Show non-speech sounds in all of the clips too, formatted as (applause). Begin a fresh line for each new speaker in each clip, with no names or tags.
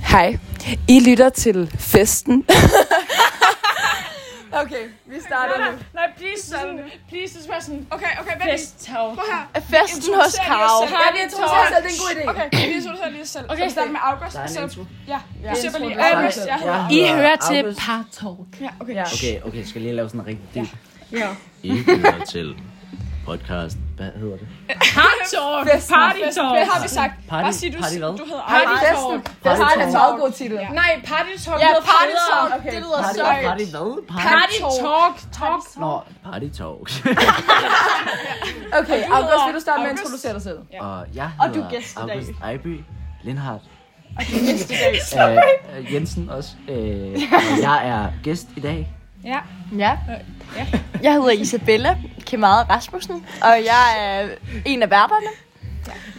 Hej. I lytter til festen. (laughs) okay, vi starter nu.
Nej, please, sådan, please, det er sådan,
Ligesom- Okay, okay, vent lige.
festtav.
Prøv her.
Festen hos
Introducer
Karo.
lige os selv.
Ja, vi introducerer os
selv. Det er en god idé.
Okay, vi introducerer lige os selv. Okay,
Okay.
vi starter med August. Der er en intro. Ja, vi ser bare lige.
introducerer
August,
os
jeg hedder August.
I hører til Partalk.
Ja, okay.
Ja.
Okay, okay, skal lige lave sådan en rigtig dyb.
Ja.
I lytter til podcast. Hvad hedder det?
Partalk. Party talk.
Hvad har vi sagt?
Party-
Bare sig, du,
party hvad?
du hedder
Party
August.
talk.
Festen. Festen er en meget god titel.
Nej, party talk.
Ja,
lyder
party
federe.
talk.
Okay.
Det lyder
Party,
søjt.
party hvad? Party?
Party talk. Talk.
Nå, party talk.
Okay, August, vil du starte med at
August.
introducere dig selv?
og jeg
Og du
hedder
gæst i dag.
August Ejby Lindhardt. Og øh, Jensen også. Øh, og jeg er gæst i dag.
Ja.
Ja. Jeg hedder Isabella Kemade Rasmussen, og jeg er en af værterne.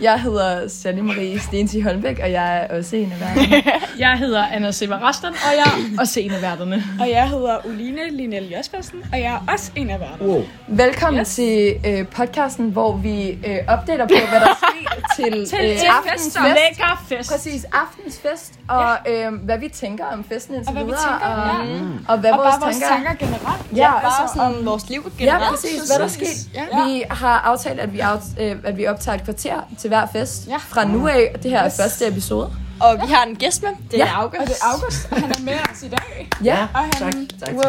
Jeg hedder Sanne Marie Stensi Holmbæk, og jeg er også en af verdenen.
Jeg hedder Anna Severasten, og jeg er også en af værterne.
Og jeg hedder Uline Linel Jørgensen, og jeg er også en af værterne.
Wow.
Velkommen til øh, podcasten, hvor vi øh, opdater på, hvad (laughs) der sker til,
Til, til
øh, aftens
fest.
fest.
Lækker fest.
Præcis, aftens fest, og øh, hvad vi tænker om festen indtil
Og hvad vi
videre,
tænker,
og,
ja.
og hvad
Og
vores,
bare vores
tanker
tanker generelt.
Ja, altså,
Bare sådan vores liv
Ja,
generelt.
præcis. Hvad der skete. Ja. Vi har aftalt, at vi, aft- øh, at vi optager et kvarter til hver fest ja. fra nu af. Det her er første episode.
Og vi har en gæst med. Det er
Ja.
August.
Og det er August, og han er med os i dag.
Mm.
Ja.
Og han,
Tak, tak, tak.
Wow.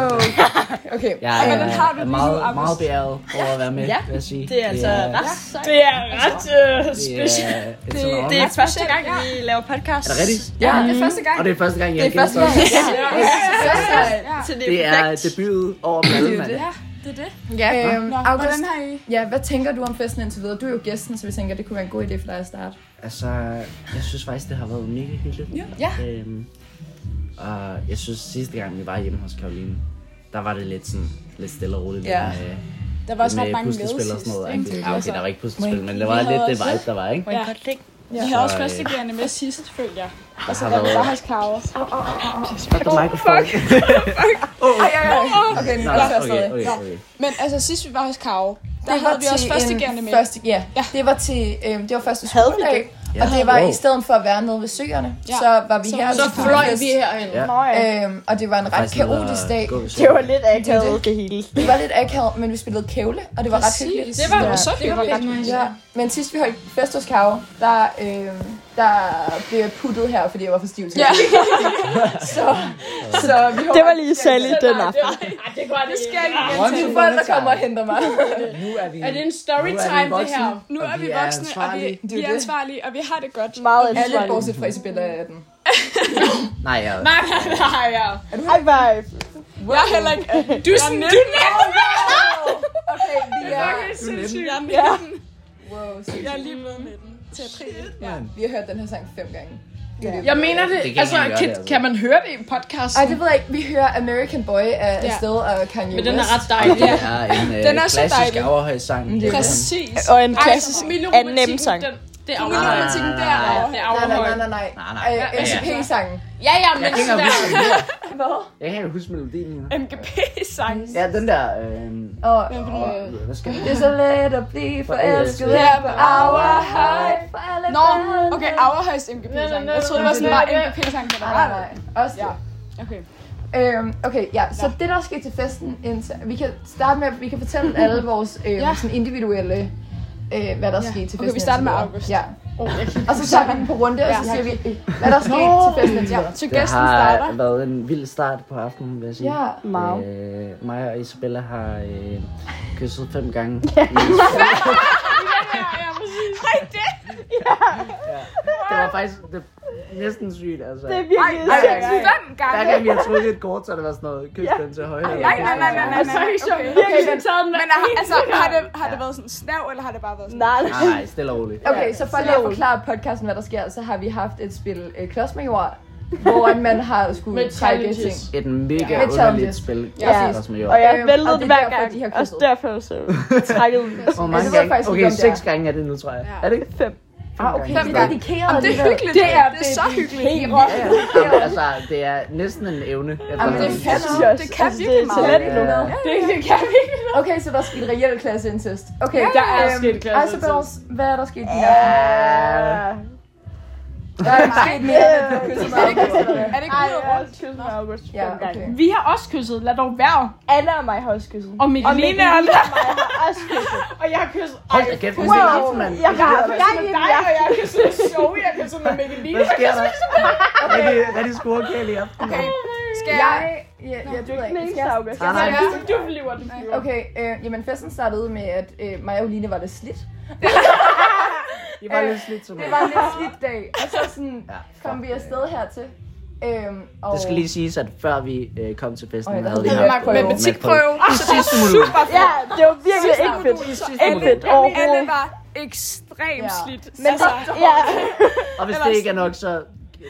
Okay.
Jeg
Og hvordan har du
er
det nu,
meget,
August?
meget beæret over at være med, vil jeg sige.
Det er altså ret sejt.
Det er ret øh,
det er,
specielt.
et sådan
Det
øjeblik.
er første gang, vi laver podcast.
Er det rigtigt?
Ja.
det er første gang.
Og det er første gang, jeg
Det er første
gæster.
gang. Ja.
Så det er,
Det er
perfekt.
debutet over mad, mand.
Ja, det er det.
Ja. Øhm,
Nå,
August,
hvordan har I?
ja, hvad tænker du om festen indtil videre? Du er jo gæsten, så vi tænker, det kunne være en god idé for dig at starte.
Altså, jeg synes faktisk, det har været mega hyggeligt.
Ja.
Øhm, og jeg synes, sidste gang, vi var hjemme hos Karoline, der var det lidt sådan, lidt stille og roligt.
Ja.
Med,
Der var også ret mange med
puslespil og sådan noget.
sidst.
Ikke?
ikke?
Ja, okay, der var ikke puslespil, men det var
Vi havde
lidt det
også-
vibe, der var, ikke?
Må jeg
Ja.
godt ligge?
Vi havde også
Så, øh,
førstegerende med sidst, følger jeg. Og så
har
var vi
været-
bare hos Karo.
Fuck, oh, fuck.
Ej, ej, ej. Okay, nu
Nå,
er jeg
okay,
stadig.
okay, okay.
Men altså sidst vi var hos Karo, der havde vi også
til
førstegerende
en
med.
Første, ja.
Ja.
ja, det var til øhm, det var første
Havde vi
skoledag,
det?
og
Ja.
det var
Wow.
i stedet for at være nede ved søerne,
Ja.
så var vi
Så-
her.
så
til
Fløj
fest.
vi herhen.
Ja.
Øhm, og det var en ret
Faktisk noget at
kaotisk dag.
gå ved siden
Det
af.
var lidt akavet det hele.
Vi var lidt akavet, men vi spillede kævle, og det var ret hyggeligt.
Det var
ja.
jo så hyggeligt.
Ja, men sidst vi holdt fest hos Karo, der, øh, der blev jeg puttet her, fordi jeg var for stiv til.
Ja.
så, så vi håber,
Det var lige særligt den aften.
Ej, det går det
Skal vi igen
at
til?
mine forældre kommer og henter mig.
Nu er vi,
Er det en storytime, det her?
Nu er vi voksne, og vi,
ansvarlige.
Det er
vi er
det.
ansvarlige, og vi har det godt.
Meget
Alle
ansvarlig.
bortset fra Isabella er den.
Nej, jeg...
Nej, nej, nej, ja.
High five.
Jeg er heller ikke...
Du er sådan, du er
Okay, vi er,
Sindssygt. Jeg er midten.
wow, sindssygt.
Jeg er lige blevet midten til april. Ja.
vi har hørt den her sang fem gange.
Jeg mener det.
Det kan
altså,
man gøre
kan,
det, altså.
kan man høre det i podcasten?
Ej, det ved jeg ikke. Vi hører American Boy af
Ja.
Estelle og Kanye
Men den er
West.
ret dejlig.
Det er en øh,
Den er så
klassisk
dejlig.
overhøjssang. Det er sådan-
Præcis.
Og en klassisk anden nemme sang.
Den, det er
Nu er
afhøjt.
man
Ah.
tænken der.
Det er
Nej, nej,
afhøjt.
nej, nej, nej.
Nej, nej.
Øh, MCP-sangen.
Ja, ja, men
Jeg kan ikke
sådan
engang
der.
huske den der.
Hvad?
Jeg kan ikke huske melodien. nu.
MGP-sang.
Ja, den der... Øh,
Og
Åh, hvad skal vi?
det er så let at blive forelsket
Forelsket.
her på Our High. For alle
Nå,
børn.
okay, Auerhøjs MGP-sang. Jeg troede, det var sådan bare
Nej,
MGP-sang generelt.
nej, nej. Også
Ja.
ja.
Okay.
Øhm, okay, ja. Så det, der er sket til festen, indtil- vi kan starte med, at vi kan fortælle alle vores øhm,
(laughs) Ja.
ja. sådan individuelle, øh, hvad der er sket til festen.
Okay, vi starter med
indtil videre.
August.
Ja. Og så tager vi den på runde, og så
Ja.
siger vi, øh, hvad der er sket til festen indtil
Ja,
videre.
så
Det
gæsten
har
starter.
været en vild start på aftenen, vil jeg sige.
Ja.
Meget.
Øh, mig og Isabella har øh, kysset fem gange.
Ja, ja, præcis.
Det var faktisk det, næsten sygt, altså.
Det er virkelig sindssygt.
Fem gange.
Hver gang vi har trukket et kort, så har det været sådan noget, kys den til højre.
Nej, nej, nej, nej, nej, nej. Okay.
Virkelig, den taget den
Men har, altså, har det, har det været sådan snæv, eller har det bare været sådan?
Nej,
Nej, nej, stille og roligt.
Okay, så for lige at forklare podcasten, hvad der sker, så har vi haft et spil øh, klodsmajor, hvor man har skulle
Med
trække ting.
challenges.
Et mega
Ja.
underligt spil.
Ja.
Præcis. Som jeg
Og
gjorde.
jeg
Øhm, og
væltede
det
det
er
hver
derfor, de har kysset.
gang. Også derfor
(laughs)
så trækkede vi.
Hvor
Altså,
mange
det ved jeg
gange?
faktisk
Okay,
ikke, om det
seks
er.
gange er det nu, tror jeg. Er det ikke?
Fem.
Ah, okay,
Fem
det er
gange.
dedikeret
Jamen, det er
alligevel.
hyggeligt. Det er, det er så hyggeligt.
Ja, ja. (laughs) Jamen, altså, det er næsten en evne.
Jamen, det
efterhånden.
kan
Jeg synes også,
Det kan
altså,
virkelig
Det er
meget.
talent nu.
Det, det kan vi ikke.
Okay, så der er sket reelt klasseincest. Okay, øhm,
der er sket
klasseincest.
klasseincest.
Altså, Bells, hvad er der sket i aften?
Ja.
Der er sket mere, end (laughs) at du kysser mig.
Er det ikke ud og rundt?
Kysse med August.
Ja, okay.
Vi har også kysset. Lad dog være.
Anna og mig har også kysset.
Og Mikkeline og,
Også kysset.
og jeg har kysset.
Hold da kæft,
Wow.
wow. mand.
Jeg har haft gang i
med
den.
dig,
Jeg
og jeg har kysset med Zoe. Jeg har kysset med Mikkeline. (laughs)
Hvad sker der? Rigtig, rigtig skurkæl i aften.
Okay. Skal jeg...
Jeg, jeg, jeg, jeg,
Den
jeg,
eneste August.
Nej, nej.
Du flyver, du flyver.
Okay, øh, jamen festen startede ud med, at øh, mig og Line var lidt slidt.
Det var lidt slidt som
Det var en lidt slidt dag, og så sådan,
Ja,
kom vi afsted hertil. Øhm, og
Det skal lige siges, at før vi øh, kom til festen,
Åh, ja, der
havde vi
havde vi
haft øh,
matematikprøve.
matematikprøve. I
Altså,
sidste modul.
Ja, det var virkelig ikke fedt. Ikke fedt overhovedet.
Alle var ekstremt
Ja.
slidt.
Men,
altså,
ja,
Og hvis det ikke er nok, så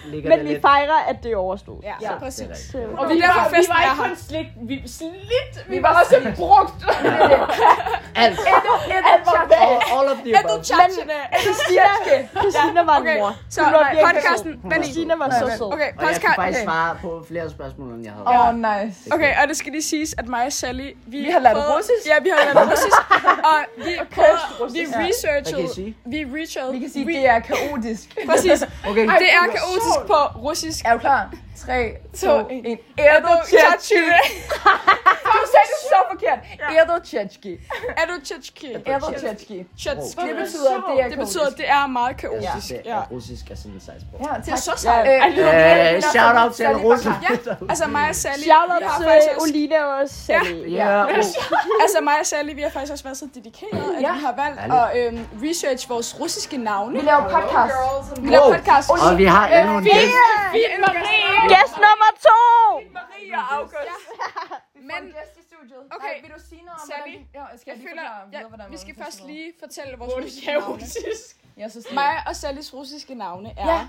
ligger
men
det
vi
lidt.
fejrer, at det er overstået.
ja,
Ja.
ja.
Det er
præcis.
rigtigt.
Og vi, var, vi var ikke kun slidt, vi var slidt, vi, var også brugt.
Alt.
Alt var
All, all of the
(laughs)
above.
Christina, Christina var en
Okay,
mor.
så
Hun var
nej,
virkelig
podcasten,
sød.
vent lige.
Christina var så sød.
Okay,
Og jeg kan
podcast. øh.
faktisk
Okay.
svare på flere spørgsmål, end jeg havde.
Åh, oh, nice.
Okay, og det skal lige siges, at mig og Sally, vi,
Vi har lært
prøvede-
russisk.
Ja, vi har lært russisk. og vi, prøvede, vi
russisk. Ja.
Hvad kan I
researchede,
sige?
vi researchede,
Vi kan sige, det er kaotisk.
præcis,
Okay.
det er kaotisk på russisk.
Er du klar?
(laughs)
3, 2,
To,
1.
Er du tjatski?
Du sagde det så forkert. Erdochetski.
Er du tjatski?
Erdochetski.
Tjatski.
Det betyder, at det er
Det betyder, at det er meget kaotisk.
Det
Ja.
er russisk er sådan et sejt sprog.
Ja,
Det
tak.
er så sejt.
(laughs) Øh,
Øh, shout out til alle russere.
Ja, altså mig og Sally,
Shout out
vi har
til
faktisk også,
Oline og Sally.
Ja, oh.
altså mig og Sally, vi har faktisk også været så dedikerede, at
Ja.
vi har valgt at øhm, research vores russiske navne.
vi laver podcast.
Vi laver podcast.
Og vi har endnu en gæst.
Øh, Vi er Marie
Gæst nummer to!
og
(laughs)
August. Men
gæst i studiet.
Okay.
vil du sige noget om,
Sally,
hvordan... Jo, skal jeg
jeg
lige
føler,
forklare videre,
ja,
hvordan
vi skal først lige fortælle vores russiske er navne. russisk.
Jeg synes, det
Mig og Sallys russiske navne er...
Ja.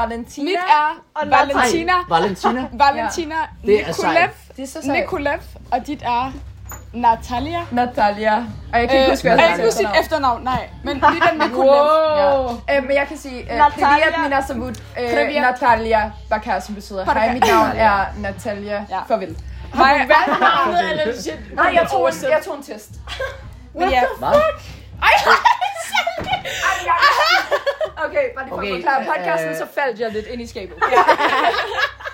Valentina.
Mit er Valentina,
Ej, Valentina.
Valentina
Det er
Nikolev,
Det er så sejt.
Nikolev, og dit er Natalia.
Natalia. Og jeg kan
Øh,
ikke huske,
og
hvad
jeg
jeg
kan huske
sagde.
sit efternavn, nej. Men lige den med Kulem.
Øh, men jeg kan sige, øh,
Natalia.
Privet Mina Samut, øh,
Privet.
Natalia Bakar, som betyder, hej, mit navn er Natalia,
Ja.
farvel.
Mig,
(laughs) Nej, jeg tog, en, jeg tog en test. (laughs)
men ja,
Hvad?
Okay, bare lige for okay,
Okay,
at forklare podcasten,
øh,
så faldt jeg lidt ind i skabet.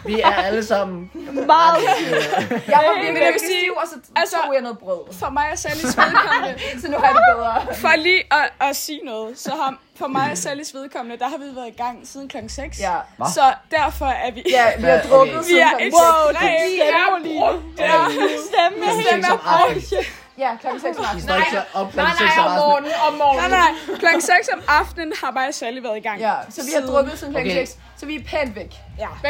Vi er alle sammen.
Meget
Jeg var virkelig
men jeg vil
rigtig
sige,
stiv, og så
altså-
tog jeg noget brød.
for mig og Sallys vedkommende,
Så nu har jeg det bedre.
for lige at, at sige noget, så har, for mig og Sallys vedkommende, der har vi været i gang siden klokken 6.
Ja,
Så derfor er vi...
ja vi har
Hvad-
drukket
(laughs)
okay.
Vi
siden
er
klokken seks.
ekstremt brugt. Ja.
stemme.
Vi er som Afrika.
Ja, klokken 6
Vi
aften.
står ikke så op klokken seks om aftenen.
om morgenen. Nej, nej. Klokken 6 om aftenen har mig og Sally været i gang.
Ja, så vi har
Siden-
drukket siden klokken
Okay.
6, så vi er pænt væk.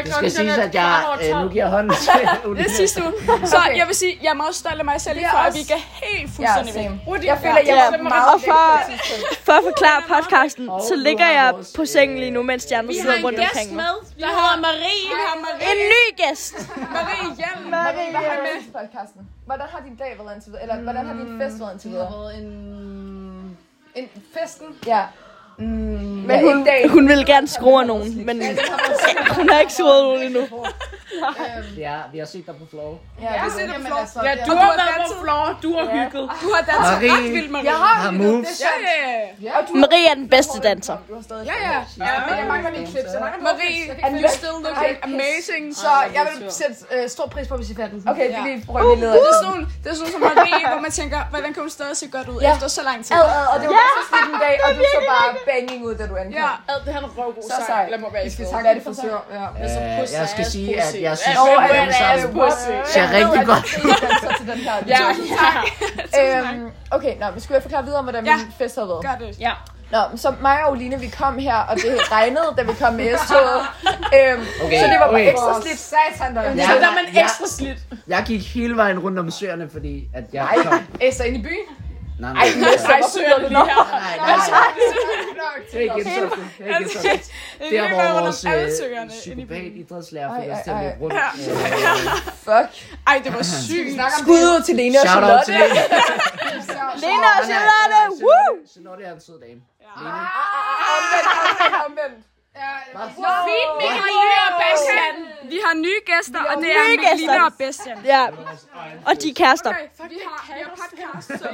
Det skal siges, at jeg øh, nu giver hånden til
(laughs) Det er
Uline.
sidste uge. Så
Okay.
jeg vil sige, jeg er meget stolt af mig selv,
Det er
for at
også-
vi kan helt
Ja,
fuldstændig væk.
same. Jeg føler, jeg
Ja,
var
og
meget væk
for-
på et tidspunkt.
For at forklare podcasten, så
Og nu
ligger
har
jeg
vores,
på
øh,
sengen lige nu, mens de andre sidder rundt omkring mig.
Der hedder Marie. Vi har Marie.
En ny gæst!
Marie Hjelm.
Marie, hvad har du med til podcasten? Hvordan har din dag været indtil videre? Eller hvordan har din fest været indtil videre? Det har været en... En festen? Ja. Mm, men hun... Ikke dagen.
Hun ville gerne skrue af nogen, men hun har ikke skruet nogen endnu.
Ja, vi har set dig på floor.
Ja, det er det flot.
Ja, du har været på floor. Du har hygget. Du har danset
Marie.
ret vildt, Marie.
Jeg har
Har
lyttet,
moves.
det er
Ja,
sandt.
ja,
Og du
Marie er den bedste danser.
Du har stadig
ja, ja.
Ja,
Men jeg mangler lige klips. Jeg mangler lige
Marie,
klips. Jeg kan
you
ikke finde-
still looking
Ej,
amazing.
Så jeg vil sætte øh, stor pris på, hvis I fandt den.
Okay,
Ja.
vi lige prøver lige ned.
Det er sådan, nogle- det er sådan nogle som Marie, hvor man tænker, hvordan kan hun stadig se godt ud
Ja.
efter så lang tid?
Ad, ad, og det var bare så slidt en dag, og du så bare banging ud, da du ankom.
Ja.
Ad, det her er en røvgod
Så sej.
Lad mig være i
Vi skal
fred.
takke
Hvad er det
dig for
for sør? Ja.
Øh, jeg skal sige, at jeg synes,
Nå,
at
er
vi
det
alle sammen ser
Jeg ved,
rigtig
at
godt
det er en danser til den her.
Ja, tak.
Øhm, okay, nå, men skulle jeg forklare videre om, hvordan
Ja.
min fest havde været?
Gør det. Ja.
Nå, men så mig og Oline, vi kom her, og det regnede, da vi kom med S-toget. Øhm,
Okay,
så det var bare
okay.
ekstra
Lidt
slidt.
satan, der er.
Ja,
Så der er man
ja.
ekstra slidt.
Jeg gik hele vejen rundt om søerne, fordi at jeg kom...
Æsser ind i
(laughs)
byen.
Nej, nej, nej,
Ej, søger du lige her.
nej, nej, nej. Det er ikke en sådan. Det er ikke en sådan.
Det
Der,
er
hvor
rundt om
vores
alle
øh,
søgerne inde i
psykopat
byen.
idrætslærer
Ej,
fik os til at
ej,
løbe rundt. Øh,
Fuck.
Ej, det var sygt.
Snakker om
Skud ud til Lene og
Shout
Charlotte.
out til Lene.
Lena og Charlotte! Woo!
Charlotte er en sød dame.
Omvendt, omvendt.
Fint, Mikkeline og Bastian. Vi har nye gæster, og det er
nye gæster.
Mikkeline og Bastian.
Ja, og de er kærester.
Vi har, vi har podcast, så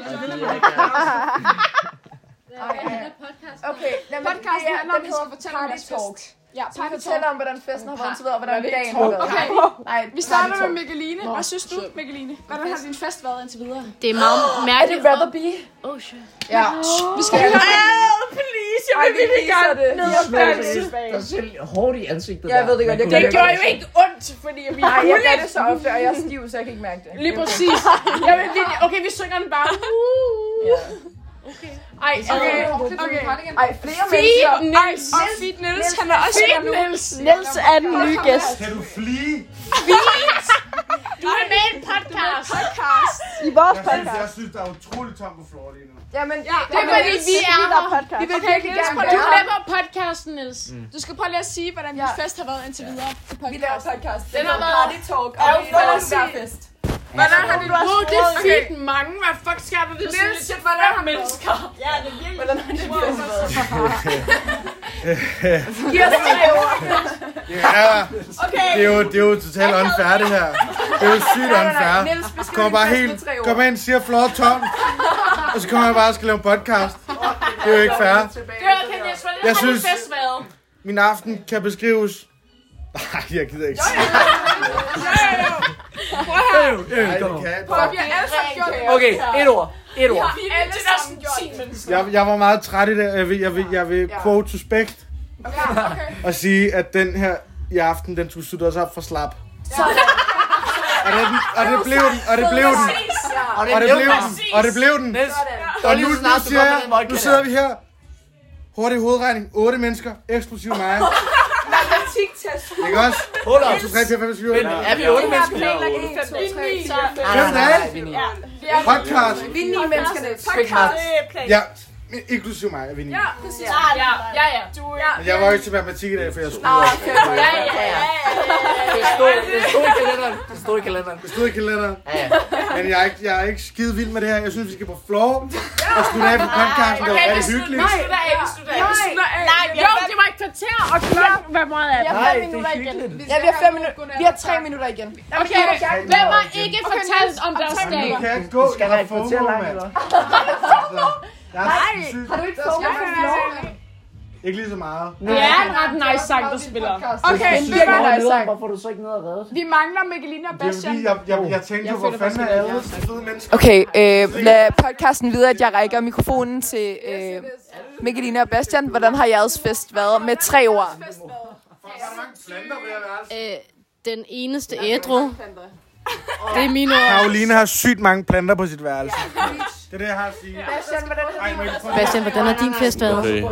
Okay, jamen, podcasten
handler om, at vi skal fortælle om
Party
vores
Talk.
Så
Ja,
vi
pakke
fortæller
tår.
om, hvordan festen har været indtil videre, og
Var
hvordan
det ikke
dagen
tår?
har været.
Okay,
Nej,
vi starter med Mikkeline.
Nå,
Hvad synes du,
så-
Mikkeline? Hvordan har din fest været indtil videre?
Det er meget
Er det
mærkeligt.
Rather Be?
Oh shit.
Ja.
Vi skal lige høre.
Ej, vi viser det.
Der er selv hårdt i ansigtet
Ja, jeg ved det godt, jeg
Man
gør
kunne
det gjorde
ikke-
ikke ondt, fordi vi
Nej, jeg gør det så ofte, og jeg er stiv, så jeg kan ikke mærke det.
Lige præcis. Jeg vil lige, okay, vi synger den bare.
Ej, okay.
okay.
okay.
Ej, flere mennesker.
Niels.
Og Fit Niels, han er også her nu.
Niels.
Niels er den nye gæst.
Kan du flie?
Du er med i en podcast.
Podcast.
I vores
Jeg synes,
podcast.
jeg synes, der er utrolig tom på floor lige nu.
Jamen,
Ja, det
det
er
var
fordi vi er
Vi
her.
er podcast.
vi vil virkelig
Niels,
gerne
prøv
være
at
Du
her.
er med på podcasten, Niels.
Du skal prøve lige at sige, hvordan din fest har været indtil videre.
Vi laver podcast. Det
har
er
været-
party talk, og
Ja,
vi
for
laver
at
den
sige-
hver fest.
Hvordan har det været? det er
Okay.
fint mange. Hvad fuck sker der? Det er sådan
Niels,
lidt
hvordan har det
mennesker.
Hvordan har det været?
Det er, det er jo, det er jo totalt unfair, det her. Det er jo sygt unfair.
Niels, beskriv
Kommer bare helt, kommer ind, siger floor er tom. Og så kommer jeg bare og skal lave en podcast. Det er jo ikke fair.
Det var okay, Niels. Hvordan har
Jeg
din
synes-
fest været?
Min aften kan beskrives... Nej, jeg gider ikke. sige
Øh, øh,
det. Ej,
kom
det
nu.
kan
Vi har
jeg ikke.
alle sammen gjort det.
Okay, et ord. Et ord.
Vi er til næsten 10 mennesker.
Jeg, jeg var meget træt i dag. Jeg vil, jeg vil, jeg vil quote suspect. Og sige, at den her i aften, den skulle slutte os op for slap. Og, den, og det blev den, og det blev den, og det blev den, og det blev den.
Niels,
Og nu,
lige så
nu
snart, du
siger
går med
jeg,
den vodka
nu
der.
sidder vi her. Hurtig hovedregning. 8 mennesker, eksklusiv mig. Ikke også?
hold op.
1, 2, 3, 4, 5, 6, 7, 8.
Men er vi otte mennesker?
Hvem der er?
vi er ni.
Podcast.
Vi er ni mennesker, Niels.
Ja, men inklusiv mig er vi ni.
Ja, ja, ja.
Men jeg var jo ikke til matematik i dag, for jeg skulle ud.
Okay,
Ja, ja, ja. Det stod, det stod i kalenderen. Det stod i kalenderen.
Det stod i kalenderen.
Ja, ja.
Men jeg er, ikke, jeg er ikke skide vild med det her. Jeg synes, vi skal på floor og slutte af på podcasten. Det var
Okay, vi
rigtig
slutter
hyggeligt.
vi slutter af, vi slutter af. Vi slutter af. Nej, jo, det var et kvarter, og klokken, hvad meget er det?
Nej, det er hyggeligt.
Ja, vi har fem minutter. Vi har tre minutter igen.
Okay, hvem har ikke fortalt om deres
Men
dag?
nu kan jeg ikke gå.
Skal
Jeg
der
har
et
FOMO,
kvarter langt,
mand.
eller?
Jeg er syg.
Har du ikke fået mig?
Ikke lige så meget.
Det er en ret nice sang, du spiller.
Okay,
Det
det var
var dig sagt.
Hvorfor er du så ikke nede og redde?
Vi mangler Mikkeline og
Det er jo
Bastian.
lige, jeg, jeg, jeg tænkte jo, hvor fanden er alle fede mennesker.
Okay, øh, lad podcasten videre, at jeg rækker mikrofonen til øh, Mikkeline og Bastian. Hvordan har jeres fest været med tre ord?
Fuck, hvor er der mange planter ved at være.
Øh, den eneste ædru. (laughs) Det er mine ord.
Øh, Karoline har sygt mange planter på sit værelse. Det er det, jeg har at sige.
Bastian, hvordan har
Ej, men jeg får-
Bastian, hvordan har din fest været?
Okay.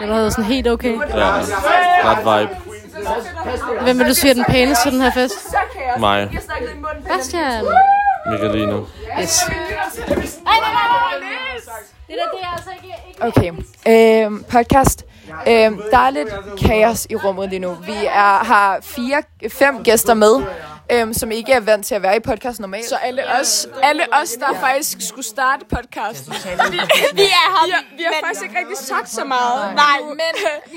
Den har været sådan helt okay.
Ja, ret vibe.
Hvem vil du sige er den pæneste til den her fest?
Mig,
Bastian!
Michelino.
Yes. Det der, det er altså ikke...
Okay, øh, podcast. Øh, der er lidt kaos i rummet lige nu. Vi er, har fire, fem gæster med, øh, som ikke er vant til at være i podcast normalt.
Så alle os, alle os, der faktisk skulle starte podcasten.
Vi er her.
Vi har, vi har faktisk ikke rigtig sagt så meget.
Nej, men,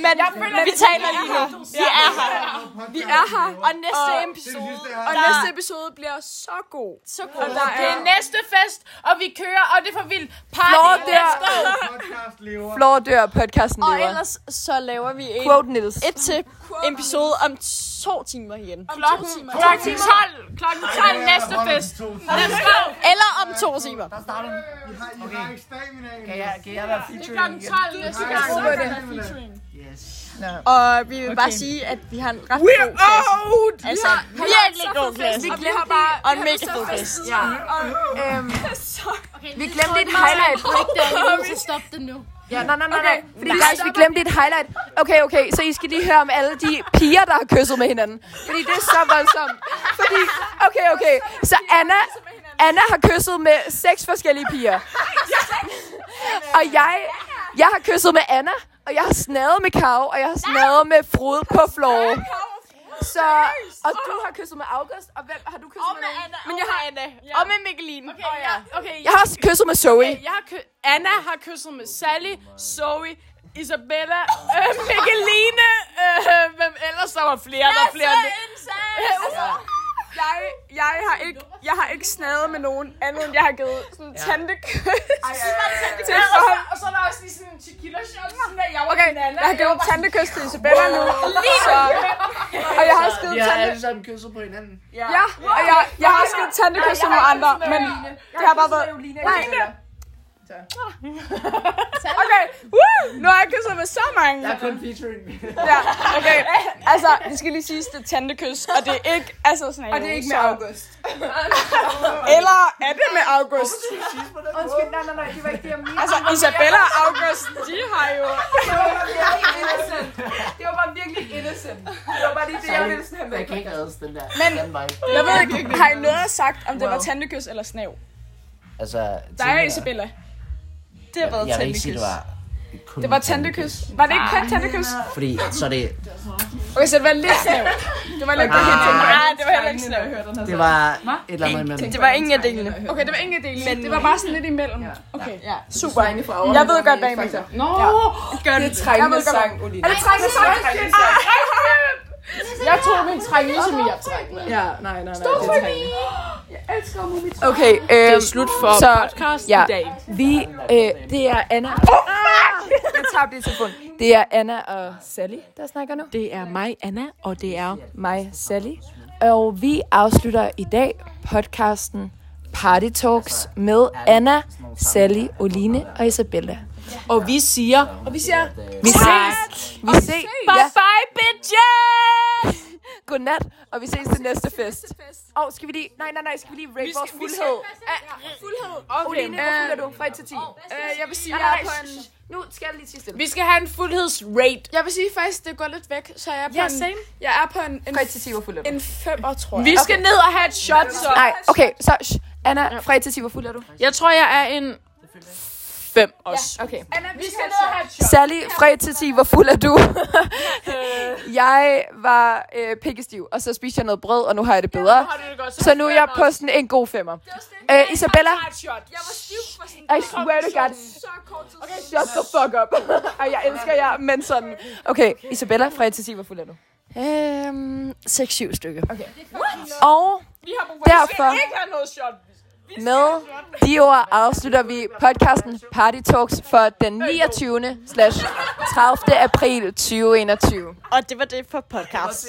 men vi taler lige nu. Vi er her.
Vi er her,
Og næste
Og-
episode.
Det
og
er
næste episode bliver så god.
Så god.
Der
Det
er
er næste fest, og vi kører, og det er for vildt.
Flår
Party,
dør,
podcast lever.
flår dør, podcasten
Og
lever.
ellers så laver vi en
Quote Niels.
et til episode om to timer igen.
Klokken, klokken 12. Klokken 12 næste fest. Let's go.
Eller om to timer.
I har, I har ikke stamina.
Kan jeg, kan jeg være
Klokken
featuring igen?
12 næste gang.
Yes.
Og vi vil bare sige, at vi har en ret We're god klasse.
old!
Altså, virkelig god klasse.
Vi har bare...
Og en mega god klasse.
Ja. Øhm, vi glemte et highlight.
Jeg er stoppe den nu.
Ja, nej, nej, nej, nej. Fordi guys, vi glemte et highlight. Okay, okay, så I skal lige høre om alle de piger, der har kysset med hinanden. Fordi det er så voldsomt. Fordi, okay, okay. Så Anna, Anna har kysset med seks forskellige piger. Og jeg, jeg har kysset med Anna, og jeg har snadet med Kau, og jeg har snadet med Frode på floor. Så, og du har kysset med August, og hvem har du kysset med? nogen?
Men jeg har Anna. Og med Mikkeline.
Okay, jeg, okay,
Jeg har også kysset med Zoe.
jeg har kø- Anna har kysset med Sally, Zoe, Isabella, øh, Mikkeline, øh, hvem ellers? Der var flere, der var flere.
Indsats!
Jeg, jeg, har ikke, jeg har ikke snadet med nogen andet, end jeg har givet sådan ja. tantekys. Til Isabella.
Og så er der også lige sådan en tequila shot, sådan der, jeg var
Okay,
Nana.
jeg har givet tantekys til Isabella nu. Så, og jeg har også givet
Vi har
tante...
alle sammen kysset på hinanden.
Ja, og jeg, jeg har også givet tantekys til nogle andre, men det har bare været... Nej, (laughs) okay, woo! nu har jeg kysset med så mange.
Jeg er kun featuring.
Ja, okay. Altså, det skal lige siges, det er tantekys, og det er ikke, altså sådan Og det er ikke med august. Eller er det med august?
Undskyld, nej, nej, nej, det var ikke det, jeg mente.
Altså, Isabella og august, de har jo...
Det var bare virkelig innocent. Det var bare virkelig innocent. Det var bare lige det, jeg ville sådan
Jeg
her
kan ikke reddes den der.
Men-
den vej.
Jeg ved ikke, har I noget sagt, om det var tantekys eller snav?
Altså,
Der er Isabella. Det har været
Jeg vil ikke sige,
tantekys.
det var kun
Det var tantekys. Var det ikke kun tantekys?
Fordi så er det,
Okay, så det var lidt snav. Det var lidt
Ah.
Nej, det var heller ikke snav.
det var et eller andet imellem.
Det var ingen af delene.
Okay, det var ingen del, men det var bare sådan lidt imellem. Okay, ja.
Super.
Jeg ved godt, hvad I mener. Nå, gør
Det er trængende sang, Olina. Er det trængende sang?
Jeg tror, min trængende, som jeg trængende.
Ja, nej, nej, nej. Stop for
Okay, øhm,
Slut for
Så-
podcast
ja.
i dag.
vi, øh, det er Anna. Oh, fuck! Jeg tabte lige telefonen. Det er Anna og Sally, der snakker nu.
Det er mig, Anna, og det er
mig, Sally. Og vi afslutter i dag podcasten Party Talks med Anna, Sally, Oline og Isabella.
Og vi siger...
Vi ses! Vi ses! Ja.
Bye, bitches!
(laughs) Godnat, og vi ses til næste fest. Åh, oh, skal vi lige... Nej, nej, nej, skal vi lige rate vores fuldhed?
Okay,
Oline, hvor fuld er du? Fra 1 til 10.
Øh, jeg vil sige,
Nej,
jeg er
nej,
på en...
shh, Nu skal jeg lige sige stille.
Vi skal have en fuldhedsrate.
Jeg vil sige faktisk, det går lidt væk, så jeg er på
Ja,
en...
same.
Jeg er på en... en
Fra 1 til 10, hvor fuld er du?
En femmer, tror jeg.
Vi skal ned og have et shot, så.
Nej, okay, så... Shh. Anna, fra 1 til 10, hvor fuld er du?
Jeg tror, jeg er en... Fem også.
Vi
Okay.
skal ned og have et shot.
Sally, fra 1 til 10, hvor fuld er
(laughs)
du? jeg var øh, pikkestiv, og så spiste jeg noget brød, og nu har jeg det bedre.
Har du det godt,
Så nu er jeg på sådan en god femmer. Øh, Isabella,
Jeg tager et shot. Jeg var stiv for sådan...
I swear to God, shut the fuck up. (laughs) Ej, jeg elsker jer, men sådan. Okay, Isabella, fra 1 til 10, hvor fuld er du?
Øhm, 6-7 stykker.
Og
Vi har brug for...
derfor,
Vi ikke have noget shot.
med de ord afslutter vi podcasten Party Talks for den 29. slash 30. april 2021.
Og det var det for podcast.